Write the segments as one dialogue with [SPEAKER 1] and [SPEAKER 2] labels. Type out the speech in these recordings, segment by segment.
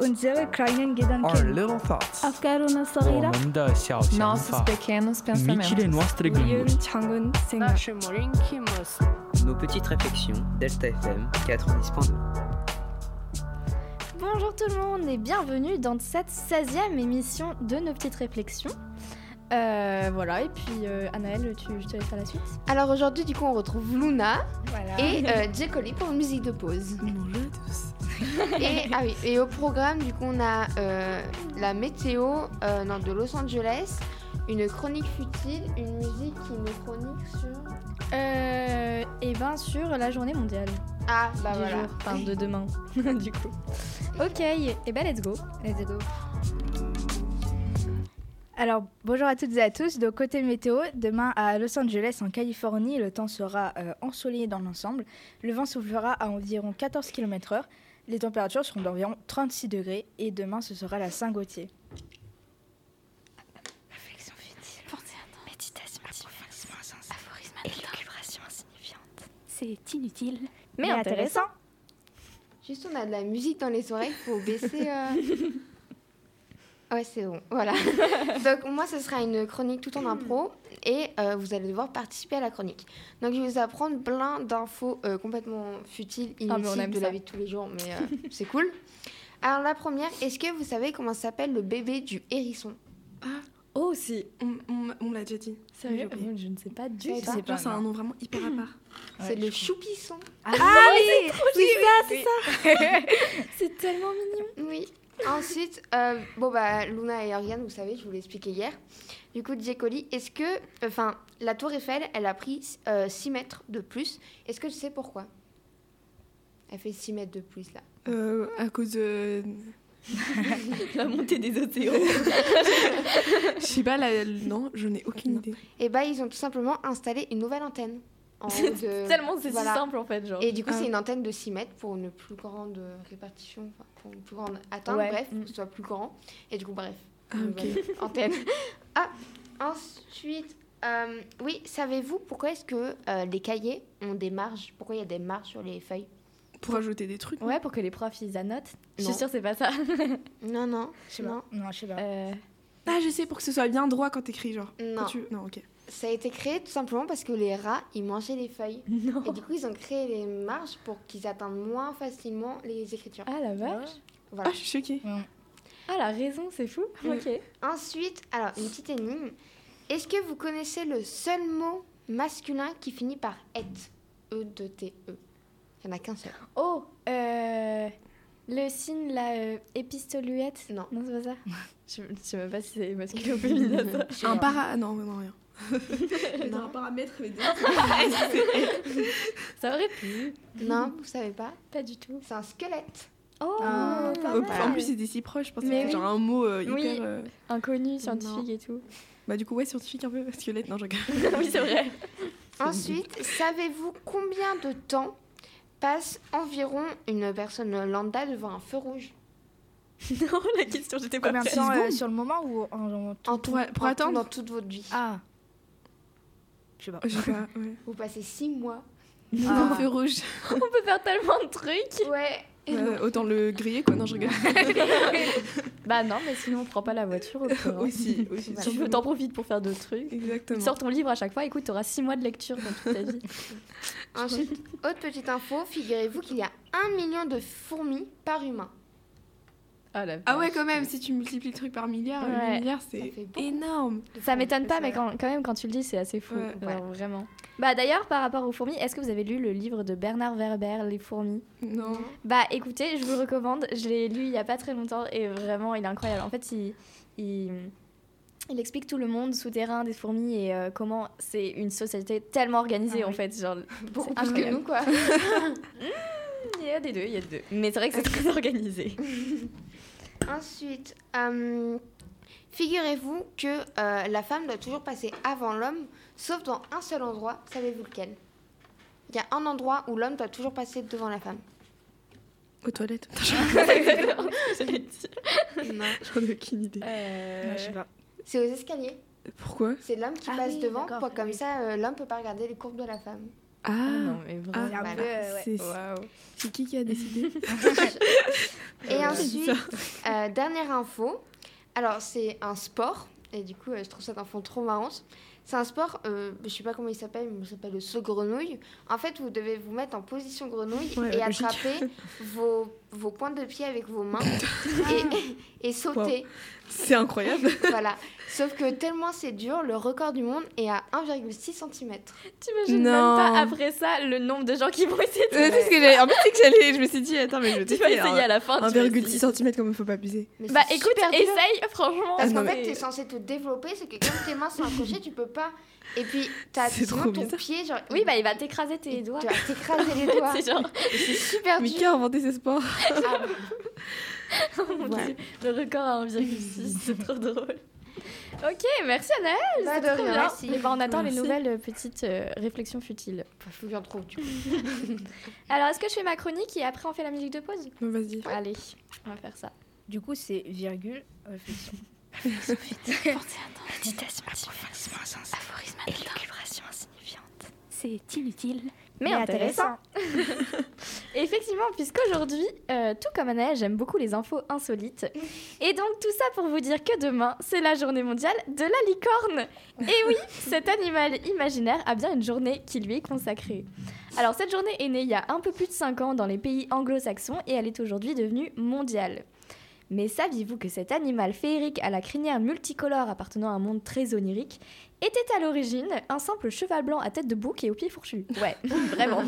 [SPEAKER 1] unsere kleinen
[SPEAKER 2] Our
[SPEAKER 1] Gedanken,
[SPEAKER 2] little thoughts.
[SPEAKER 3] أفكارنا الصغيرة
[SPEAKER 2] Onda xiao
[SPEAKER 4] Nossos pequenos
[SPEAKER 2] Micile
[SPEAKER 4] pensamentos.
[SPEAKER 2] noastre
[SPEAKER 5] 우리의
[SPEAKER 2] gânduri.
[SPEAKER 5] 작은
[SPEAKER 6] Bah,
[SPEAKER 5] 생각.
[SPEAKER 7] Nasze molinkie myśli.
[SPEAKER 8] Nos petites réflexions, Delta FM 90.2.
[SPEAKER 6] Bonjour tout le monde et bienvenue dans cette 16e émission de nos petites réflexions. Euh, voilà, et puis euh, Anaëlle, tu, je te laisse faire la suite.
[SPEAKER 9] Alors aujourd'hui, du coup, on retrouve Luna
[SPEAKER 4] Ah
[SPEAKER 6] Voilà.
[SPEAKER 9] et euh, J. Colli pour une musique de pause.
[SPEAKER 7] Bonjour à tous.
[SPEAKER 9] Et, ah oui, et au programme, du coup, on a euh, la météo euh, non, de Los Angeles, une chronique futile, une musique qui est une chronique sur.
[SPEAKER 6] et bien euh, sur la journée mondiale
[SPEAKER 9] Ah, bah
[SPEAKER 6] du
[SPEAKER 9] voilà.
[SPEAKER 6] jour, enfin de demain, du coup. Ok, et ben let's go. Let's go. Alors, bonjour à toutes et à tous. Donc, côté météo, demain à Los Angeles, en Californie, le temps sera euh, ensoleillé dans l'ensemble. Le vent soufflera à environ 14 km/h. Les températures seront d'environ 36 degrés. Et demain, ce sera la Saint-Gauthier. Réflexion futile. Méditation. Aphorisme. Élucubration insignifiante.
[SPEAKER 3] c'est inutile.
[SPEAKER 6] Mais intéressant.
[SPEAKER 9] Juste, on a de la musique dans les oreilles pour baisser. euh, Ouais, c'est bon, voilà. Donc, moi, ce sera une chronique tout en impro et euh, vous allez devoir participer à la chronique. Donc, je vais vous apprendre plein d'infos euh, complètement futiles,
[SPEAKER 6] Ah, mais on
[SPEAKER 9] inutiles
[SPEAKER 6] aime
[SPEAKER 9] de
[SPEAKER 6] ça.
[SPEAKER 9] la vie de tous les jours, mais euh, c'est cool. Alors, la première, est-ce que vous savez comment s'appelle le bébé du hérisson
[SPEAKER 6] Oh, si.
[SPEAKER 7] On, on- on me l'a déjà dit.
[SPEAKER 6] Sérieux
[SPEAKER 7] J'ai oublié.
[SPEAKER 6] Je ne sais pas du
[SPEAKER 9] Je sais
[SPEAKER 6] tout.
[SPEAKER 7] Genre, c'est un nom vraiment hyper à part.
[SPEAKER 9] C'est le choupisson.
[SPEAKER 6] Ah, oui, oui, c'est ça, c'est ça. c'est tellement mignon.
[SPEAKER 9] Oui. Ensuite, euh, bon bah Luna et Oriane, vous savez, je vous l'ai expliqué hier. Du coup, DJ Colli, est-ce que, euh, enfin, la Tour Eiffel, elle a pris euh, 6 mètres de plus. Est-ce que tu sais pourquoi Elle fait 6 mètres de plus là.
[SPEAKER 7] Euh, à cause de.
[SPEAKER 4] La montée des océans.
[SPEAKER 7] Je sais pas, la... non, je n'ai aucune idée.
[SPEAKER 9] Et bah ils ont tout simplement installé une nouvelle antenne. En haut de...
[SPEAKER 4] Tellement c'est si
[SPEAKER 9] Voilà.
[SPEAKER 4] simple en fait, genre.
[SPEAKER 9] Et du coup,
[SPEAKER 7] Ah.
[SPEAKER 6] Euh.
[SPEAKER 9] c'est une antenne de 6 mètres pour une plus grande euh, répartition, enfin, pour une plus grande atteinte,
[SPEAKER 6] Ouais.
[SPEAKER 9] bref,
[SPEAKER 6] Mm.
[SPEAKER 9] pour que ce soit plus grand. Et du coup, bref,
[SPEAKER 7] Ah, ok.
[SPEAKER 9] nouvelle antenne. Ah, ensuite, euh, oui, savez-vous pourquoi est-ce que euh, les cahiers ont des marges Pourquoi il y a des marges sur les feuilles
[SPEAKER 7] Pour ajouter des trucs.
[SPEAKER 4] Ouais, pour que les profs ils annotent. Je suis
[SPEAKER 9] Non.
[SPEAKER 4] sûre que c'est pas ça.
[SPEAKER 9] Non, non,
[SPEAKER 6] Je sais
[SPEAKER 9] non,
[SPEAKER 6] pas. Non, je sais pas.
[SPEAKER 4] Euh,
[SPEAKER 7] Ah, je sais, pour que ce soit bien droit quand t'écris, genre. Quand
[SPEAKER 9] non.
[SPEAKER 7] tu- Non, ok.
[SPEAKER 9] Ça a été créé tout simplement parce que les rats, ils mangeaient les feuilles.
[SPEAKER 4] non.
[SPEAKER 9] Et du coup, ils ont créé les marges pour qu'ils atteignent moins facilement les écritures.
[SPEAKER 4] Ah la vache.
[SPEAKER 9] Voilà.
[SPEAKER 7] Ah, je suis choquée.
[SPEAKER 4] Ah la raison, c'est fou.
[SPEAKER 7] Ouais.
[SPEAKER 4] Ok.
[SPEAKER 9] Ensuite, alors une petite énigme. Est-ce que vous connaissez le seul mot masculin qui finit par et E de T E. Il n'y en a qu'un seul.
[SPEAKER 6] Oh, euh, le signe, la euh, épistoluette.
[SPEAKER 9] Non.
[SPEAKER 6] Non, c'est pas ça.
[SPEAKER 4] Je, je sais même pas si c'est masculin ou féminin ça.
[SPEAKER 7] Un para. Non, non, rien. Ah,
[SPEAKER 9] Non.
[SPEAKER 7] paramètre avec des.
[SPEAKER 4] Ça aurait pu.
[SPEAKER 9] Non, vous savez pas.
[SPEAKER 4] Pas du tout.
[SPEAKER 9] C'est un squelette.
[SPEAKER 4] Oh.
[SPEAKER 6] Ah,
[SPEAKER 4] pas
[SPEAKER 7] Oh,
[SPEAKER 4] mal.
[SPEAKER 7] En plus, c'était si proche, je pensais que
[SPEAKER 4] Mais
[SPEAKER 7] c'était
[SPEAKER 4] oui.
[SPEAKER 7] genre un mot euh, hyper.
[SPEAKER 4] Oui.
[SPEAKER 7] euh,
[SPEAKER 4] Inconnu, scientifique
[SPEAKER 7] Non.
[SPEAKER 4] et tout.
[SPEAKER 7] Bah, du coup, ouais, scientifique un peu, squelette, non, je rigole.
[SPEAKER 4] oui, c'est vrai.
[SPEAKER 9] Ensuite, savez-vous combien de temps passe environ une personne lambda devant un feu rouge
[SPEAKER 4] non, la question, j'étais pas
[SPEAKER 1] Combien de
[SPEAKER 4] prête.
[SPEAKER 1] temps euh,
[SPEAKER 7] secondes.
[SPEAKER 1] sur le moment ou en, en tout
[SPEAKER 9] en tout,
[SPEAKER 7] Ouais, pour
[SPEAKER 9] en tout
[SPEAKER 7] attendre.
[SPEAKER 9] dans toute votre vie
[SPEAKER 1] Ah. Je sais pas.
[SPEAKER 7] Je sais pas, ouais.
[SPEAKER 9] Vous passez six mois.
[SPEAKER 7] Un feu rouge.
[SPEAKER 4] On peut faire tellement de trucs.
[SPEAKER 9] Ouais.
[SPEAKER 7] Euh, autant le griller, quoi, non, je rigole.
[SPEAKER 4] Bah non, mais sinon on prend pas la voiture au pire, hein.
[SPEAKER 7] aussi, aussi.
[SPEAKER 4] Tu veux, t'en profites pour faire d'autres trucs.
[SPEAKER 7] Exactement.
[SPEAKER 4] Sors ton livre à chaque fois, écoute, t'auras 6 mois de lecture dans toute ta vie.
[SPEAKER 9] Ensuite, autre petite info, figurez-vous qu'il y a un million de fourmis par humain.
[SPEAKER 4] Ah, la
[SPEAKER 7] Ah ouais, quand même, si tu multiplies le truc par milliard, euh,
[SPEAKER 4] Ouais.
[SPEAKER 7] milliard,
[SPEAKER 9] Ça
[SPEAKER 7] c'est
[SPEAKER 9] fait beaucoup.
[SPEAKER 7] énorme.
[SPEAKER 4] Ça m'étonne pas, mais
[SPEAKER 9] quand
[SPEAKER 4] quand, quand même, quand tu le dis, c'est assez fou.
[SPEAKER 7] Ouais.
[SPEAKER 4] Genre, Vraiment. Bah d'ailleurs, par rapport aux fourmis, est-ce que vous avez lu le livre de Bernard Werber, Les fourmis
[SPEAKER 7] Non.
[SPEAKER 4] Bah écoutez, je vous le recommande. Je l'ai lu il y a pas très longtemps et vraiment, il est incroyable. En fait, il, il, il explique tout le monde souterrain des fourmis et euh, comment c'est une société tellement organisée
[SPEAKER 7] Ah
[SPEAKER 4] en fait. Genre,
[SPEAKER 9] Beaucoup
[SPEAKER 4] C'est
[SPEAKER 9] plus que
[SPEAKER 4] incroyable.
[SPEAKER 9] nous, quoi.
[SPEAKER 4] il y a des deux, il y a des deux. Mais c'est vrai que
[SPEAKER 7] Ah
[SPEAKER 4] c'est très organisé.
[SPEAKER 9] Ensuite, euh, figurez-vous que euh, la femme doit toujours passer avant l'homme, sauf dans un seul endroit. Savez-vous lequel Il y a un endroit où l'homme doit toujours passer devant la femme.
[SPEAKER 7] Aux toilettes.
[SPEAKER 4] J'allais dire.
[SPEAKER 7] J'en ai aucune idée.
[SPEAKER 4] Euh,
[SPEAKER 1] Ouais, je sais pas.
[SPEAKER 9] C'est aux escaliers.
[SPEAKER 7] Pourquoi
[SPEAKER 9] C'est l'homme qui
[SPEAKER 1] Ah
[SPEAKER 9] passe
[SPEAKER 1] oui,
[SPEAKER 9] devant,
[SPEAKER 1] d'accord,
[SPEAKER 9] pour- comme
[SPEAKER 1] oui.
[SPEAKER 9] ça, euh, l'homme peut pas regarder les courbes de la femme.
[SPEAKER 7] Ah,
[SPEAKER 4] Non, mais vraiment.
[SPEAKER 1] C'est un
[SPEAKER 9] Voilà.
[SPEAKER 1] peu, euh, ouais.
[SPEAKER 7] c'est
[SPEAKER 6] Ah.
[SPEAKER 4] Waouh.
[SPEAKER 7] c'est qui qui a décidé
[SPEAKER 9] Et
[SPEAKER 7] Voilà.
[SPEAKER 9] ensuite, euh, dernière info. Alors, c'est un sport. Et du coup, euh, je trouve cette info trop marrante. C'est un sport, euh, je sais pas comment il s'appelle, mais il s'appelle le saut grenouille. En fait, vous devez vous mettre en position grenouille
[SPEAKER 7] Ouais,
[SPEAKER 9] et
[SPEAKER 7] logique.
[SPEAKER 9] attraper vos, vos pointes de pied avec vos mains et, et sauter.
[SPEAKER 7] C'est incroyable.
[SPEAKER 9] Voilà. Sauf que tellement c'est dur, le record du monde est à 1,6 cm.
[SPEAKER 4] T'imagines
[SPEAKER 7] Non.
[SPEAKER 4] même pas après ça le nombre de gens qui vont essayer de.
[SPEAKER 7] Euh, c'est ce que j'ai- en fait, c'est que j'allais. Je me suis dit, attends, mais je vais
[SPEAKER 4] Tu vas
[SPEAKER 7] tester,
[SPEAKER 4] essayer à
[SPEAKER 7] hein.
[SPEAKER 4] la fin. tu vas essayer.
[SPEAKER 7] 1,6 cm, comme il faut pas abuser.
[SPEAKER 9] Mais
[SPEAKER 4] Bah
[SPEAKER 9] c'est
[SPEAKER 4] écoute,
[SPEAKER 9] super dur.
[SPEAKER 4] essaye, franchement.
[SPEAKER 9] Parce
[SPEAKER 7] Ah,
[SPEAKER 9] qu'en
[SPEAKER 7] non,
[SPEAKER 9] fait, t'es censé te développer, c'est que comme tes mains sont accrochées, tu peux pas. Et puis, t'as
[SPEAKER 7] C'est
[SPEAKER 9] sinon
[SPEAKER 7] trop
[SPEAKER 9] ton
[SPEAKER 7] bizarre.
[SPEAKER 9] pied, genre.
[SPEAKER 4] Oui,
[SPEAKER 9] il-
[SPEAKER 4] bah il va t'écraser tes
[SPEAKER 9] il
[SPEAKER 4] doigts.
[SPEAKER 9] doit t'écraser les doigts.
[SPEAKER 4] C'est genre
[SPEAKER 9] C'est super
[SPEAKER 7] Mais
[SPEAKER 9] dur.
[SPEAKER 7] qui a inventé ce sport
[SPEAKER 9] Ah,
[SPEAKER 4] oh mon Dieu, le record à 1,6, c'est trop drôle. Ok, merci Anaël,
[SPEAKER 9] bah, de
[SPEAKER 4] c'est trop
[SPEAKER 9] rien.
[SPEAKER 4] bien.
[SPEAKER 9] Merci.
[SPEAKER 4] Eh ben, on attend
[SPEAKER 7] Merci.
[SPEAKER 4] les nouvelles euh, petites euh, réflexions futiles.
[SPEAKER 9] Bah, faut que j'en trouve du coup.
[SPEAKER 4] Alors, est-ce que je fais ma chronique et après on fait la musique de pause
[SPEAKER 7] Bon, Vas-y.
[SPEAKER 4] Allez, on va faire ça.
[SPEAKER 6] Du coup, c'est virgule, réflexion.
[SPEAKER 3] C'est inutile.
[SPEAKER 4] Mais, intéressant. Et Effectivement, puisqu'aujourd'hui, euh, tout comme Anaël, j'aime beaucoup les infos insolites. Et donc tout ça pour vous dire que demain, c'est la journée mondiale de la licorne. Et oui, cet animal imaginaire a bien une journée qui lui est consacrée. Alors cette journée est née il y a un peu plus de 5 ans dans les pays anglo-saxons et elle est aujourd'hui devenue mondiale. Mais saviez-vous que cet animal féerique à la crinière multicolore appartenant à un monde très onirique était à l'origine un simple cheval blanc à tête de bouc et aux pieds fourchus Ouais, vraiment.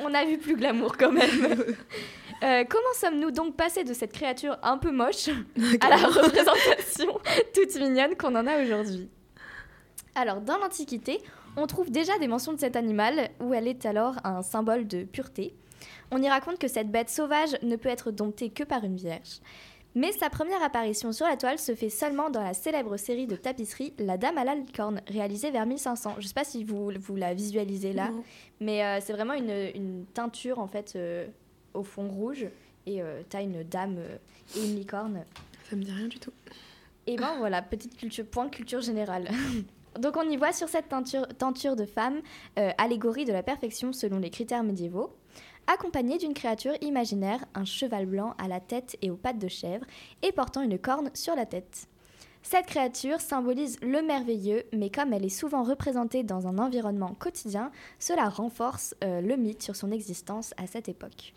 [SPEAKER 4] On a vu plus glamour quand même. Euh, comment sommes-nous donc passés de cette créature un peu moche à la représentation toute mignonne qu'on en a aujourd'hui Alors, dans l'Antiquité, on trouve déjà des mentions de cet animal où elle est alors un symbole de pureté. On y raconte que cette bête sauvage ne peut être domptée que par une vierge. Mais sa première apparition sur la toile se fait seulement dans la célèbre série de tapisseries La Dame à la licorne, réalisée vers 1500. Je sais pas si vous, vous la visualisez là.
[SPEAKER 7] Non.
[SPEAKER 4] Mais euh, c'est vraiment une, une teinture en fait euh, au fond rouge et euh, t'as une dame euh, et une licorne.
[SPEAKER 7] Ça me dit rien du tout.
[SPEAKER 4] Et ben voilà, petite culture, point culture générale. Donc on y voit sur cette teinture, teinture de femme euh, allégorie de la perfection selon les critères médiévaux, accompagnée d'une créature imaginaire, un cheval blanc à la tête et aux pattes de chèvre et portant une corne sur la tête. Cette créature symbolise le merveilleux, mais comme elle est souvent représentée dans un environnement quotidien, cela renforce euh, le mythe sur son existence à cette époque.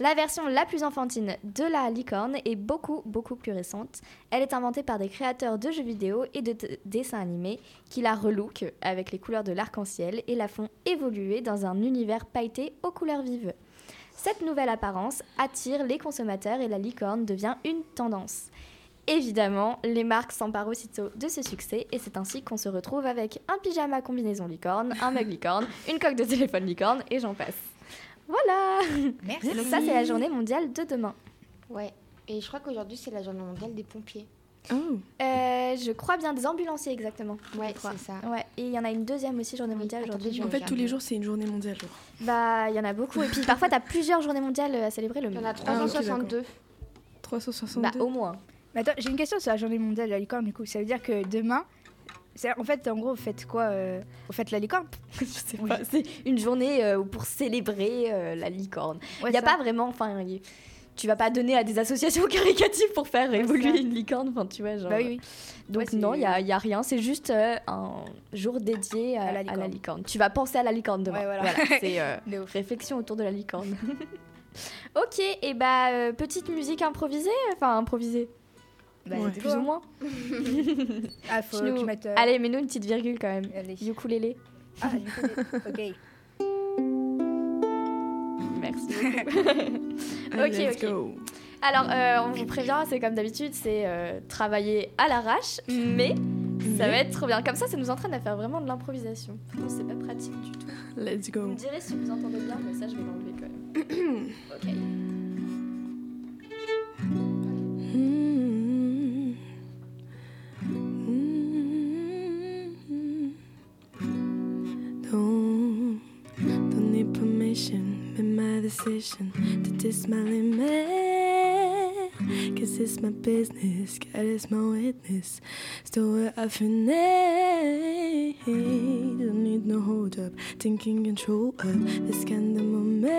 [SPEAKER 4] La version la plus enfantine de la licorne est beaucoup, beaucoup plus récente. Elle est inventée par des créateurs de jeux vidéo et de t- dessins animés qui la relookent avec les couleurs de l'arc-en-ciel et la font évoluer dans un univers pailleté aux couleurs vives. Cette nouvelle apparence attire les consommateurs et la licorne devient une tendance. Évidemment, les marques s'emparent aussitôt de ce succès et c'est ainsi qu'on se retrouve avec un pyjama combinaison licorne, un mug licorne, une coque de téléphone licorne et j'en passe. Voilà
[SPEAKER 6] Merci.
[SPEAKER 4] Donc ça c'est la journée mondiale de demain.
[SPEAKER 9] Ouais. Et je crois qu'aujourd'hui, c'est la journée mondiale des pompiers.
[SPEAKER 7] Oh.
[SPEAKER 4] Euh, je crois bien des ambulanciers exactement.
[SPEAKER 9] Ouais,
[SPEAKER 4] je crois. Ah,
[SPEAKER 9] c'est ça.
[SPEAKER 4] Ouais, et il y en a une deuxième aussi journée
[SPEAKER 9] Oui,
[SPEAKER 4] mondiale
[SPEAKER 9] attendez,
[SPEAKER 4] aujourd'hui.
[SPEAKER 9] je
[SPEAKER 7] En fait,
[SPEAKER 9] regarde.
[SPEAKER 7] tous les jours, c'est une journée mondiale. genre.
[SPEAKER 4] Bah, il y en a beaucoup. Et puis parfois, t'as plusieurs journées mondiales euh, à célébrer le
[SPEAKER 9] Il y en
[SPEAKER 4] même.
[SPEAKER 9] a 362.
[SPEAKER 7] 362.
[SPEAKER 4] Bah, au moins.
[SPEAKER 6] Mais attends, j'ai une question sur la journée mondiale de la licorne, du coup. Ça veut dire que demain, c'est- en fait, en gros, vous faites quoi euh, Vous faites la licorne
[SPEAKER 4] Je sais pas. C'est une journée euh, pour célébrer euh, la licorne. Il
[SPEAKER 6] Ouais,
[SPEAKER 4] n'y a
[SPEAKER 6] ça.
[SPEAKER 4] pas vraiment. Enfin, y- tu vas pas donner à des associations caricatives pour faire évoluer
[SPEAKER 6] ça.
[SPEAKER 4] une licorne. Enfin, tu vois, genre.
[SPEAKER 6] Bah oui, oui.
[SPEAKER 4] Donc,
[SPEAKER 6] Ouais, c'est-
[SPEAKER 4] non, il n'y a, y a rien. C'est juste euh, un jour dédié à,
[SPEAKER 6] À la
[SPEAKER 4] à la
[SPEAKER 6] licorne.
[SPEAKER 4] licorne. Tu vas penser à la licorne demain.
[SPEAKER 6] Ouais, voilà.
[SPEAKER 4] c'est. euh,
[SPEAKER 6] De ouf.
[SPEAKER 4] Réflexion autour de la licorne. ok, et bah euh, petite musique improvisée, enfin improvisée,
[SPEAKER 6] Bah,
[SPEAKER 7] Ouais.
[SPEAKER 6] let's
[SPEAKER 4] plus
[SPEAKER 6] go,
[SPEAKER 4] ou moins.
[SPEAKER 6] hein. Ah, faut
[SPEAKER 4] Je nous-
[SPEAKER 6] que je mette. euh,
[SPEAKER 4] Allez, mets-nous une petite virgule quand même.
[SPEAKER 6] allez.
[SPEAKER 4] Ukulélé.
[SPEAKER 6] Ah, du coup, ok.
[SPEAKER 4] Merci. beaucoup.
[SPEAKER 6] Ah,
[SPEAKER 4] Ok,
[SPEAKER 7] Allez, let's
[SPEAKER 4] ok.
[SPEAKER 7] go.
[SPEAKER 4] Alors, euh, on vous prévient, c'est comme d'habitude, c'est euh, travailler à l'arrache, mais ça va être trop bien. Comme ça, ça nous entraîne à faire vraiment de l'improvisation. Franchement, c'est pas pratique du tout.
[SPEAKER 7] Let's
[SPEAKER 4] Vous
[SPEAKER 7] go.
[SPEAKER 4] me direz si vous entendez bien, mais ça, je vais l'enlever quand même. ok.
[SPEAKER 7] Mm. Mm. Don't, don't need permission. Made my decision to test my limit. Cause it's my business, God is my witness. Still what I finesse. Don't need no hold up, thinking control up. This kind of moment.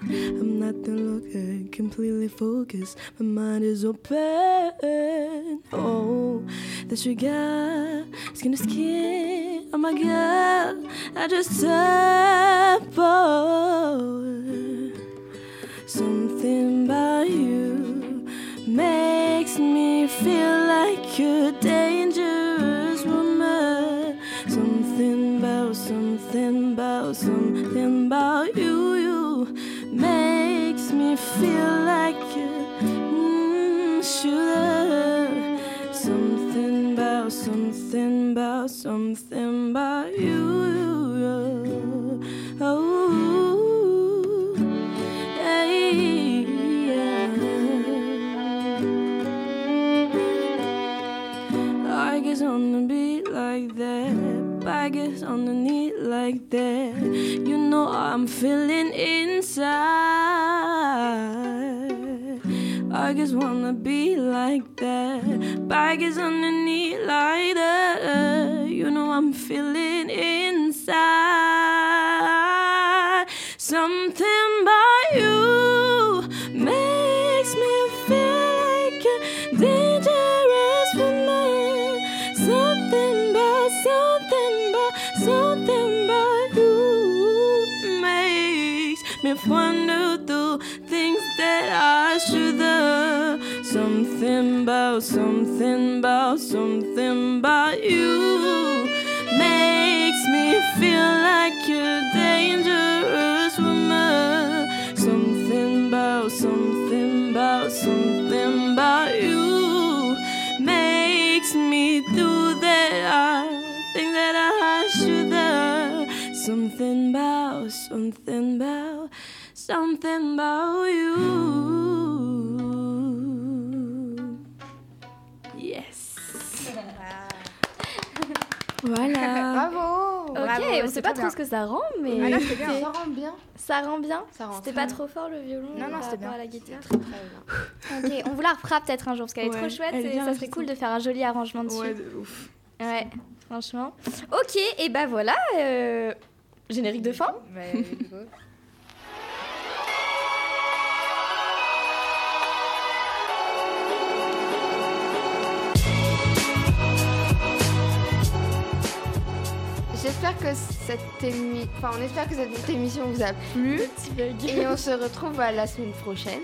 [SPEAKER 7] I'm not the looker, completely focused. My mind is open. Oh, that you got skin to skin. Oh my god, I just stumbled. Something about you makes me feel like a dangerous woman. Something about, something about, something about you, you makes me feel like a mm, shooter. Something about, something about, something about you. you. Oh, Hey, yeah. I guess on the beat like that, I guess on the knee like that. You know I'm feeling inside. I guess wanna be like that, I guess on the knee like that. You know I'm feeling inside. Something about you makes me feel like a dangerous woman. Something about, something about, something about you makes me wonder the things that I should have. Something about, something about, something about you makes me feel like you're dangerous woman. Something about, something about, something about you makes me do that I think that I should have. Something about, something about, something about you. Yes. Voilà.
[SPEAKER 4] Ah,
[SPEAKER 9] Bravo
[SPEAKER 4] Ok, on sait pas trop ce que ça rend, mais
[SPEAKER 6] Ah non, c'est bien.
[SPEAKER 9] Ça rend bien.
[SPEAKER 4] ça rend bien.
[SPEAKER 9] Ça rend
[SPEAKER 4] C'était
[SPEAKER 9] très
[SPEAKER 4] pas trop fort le violon
[SPEAKER 6] Non, non,
[SPEAKER 4] par
[SPEAKER 6] c'était
[SPEAKER 4] rapport
[SPEAKER 6] bien.
[SPEAKER 4] à la guitare.
[SPEAKER 9] Très, très bien.
[SPEAKER 4] Ok, on vous la refera peut-être un jour parce qu'elle est
[SPEAKER 7] Ouais,
[SPEAKER 4] trop chouette
[SPEAKER 7] elle est
[SPEAKER 4] et
[SPEAKER 7] bien,
[SPEAKER 4] ça serait
[SPEAKER 7] je
[SPEAKER 4] cool de faire un joli arrangement dessus.
[SPEAKER 7] Ouais, de ouf.
[SPEAKER 4] Ouais, franchement. Ok, et bah voilà. euh, Générique de fin.
[SPEAKER 9] J'espère que cette émi- enfin, on espère que cette émission vous a plu et on se retrouve à la semaine prochaine.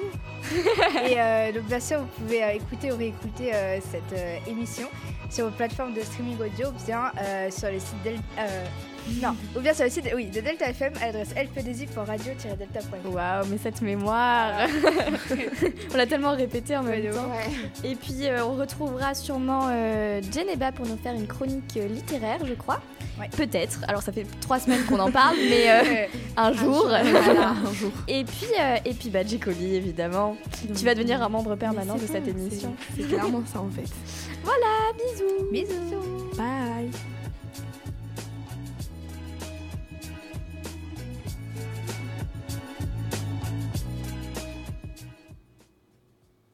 [SPEAKER 6] Et euh, donc bien sûr, vous pouvez euh, écouter ou réécouter euh, cette euh, émission sur vos plateformes de streaming audio ou bien euh, sur les sites Del- euh, non, ou bien sur le site oui, de Delta FM à l'adresse lpdz.radio deltafm
[SPEAKER 4] Waouh, mais cette mémoire On l'a tellement répété en même temps.
[SPEAKER 9] Ouais.
[SPEAKER 4] Et puis euh, on retrouvera sûrement euh, Geneva pour nous faire une chronique euh, littéraire, je crois.
[SPEAKER 6] Ouais.
[SPEAKER 4] Peut-être. Alors ça fait trois semaines qu'on en parle, mais euh, un jour.
[SPEAKER 9] voilà.
[SPEAKER 7] Un jour.
[SPEAKER 4] Et puis, euh, et puis bah, Jekoli, évidemment. Tu vas devenir un membre permanent
[SPEAKER 7] Mais
[SPEAKER 4] de
[SPEAKER 7] c'est
[SPEAKER 4] cette
[SPEAKER 7] pas-
[SPEAKER 4] émission.
[SPEAKER 7] C'est c'est clairement ça en fait.
[SPEAKER 4] Bisous
[SPEAKER 6] Bisous.
[SPEAKER 7] Bye.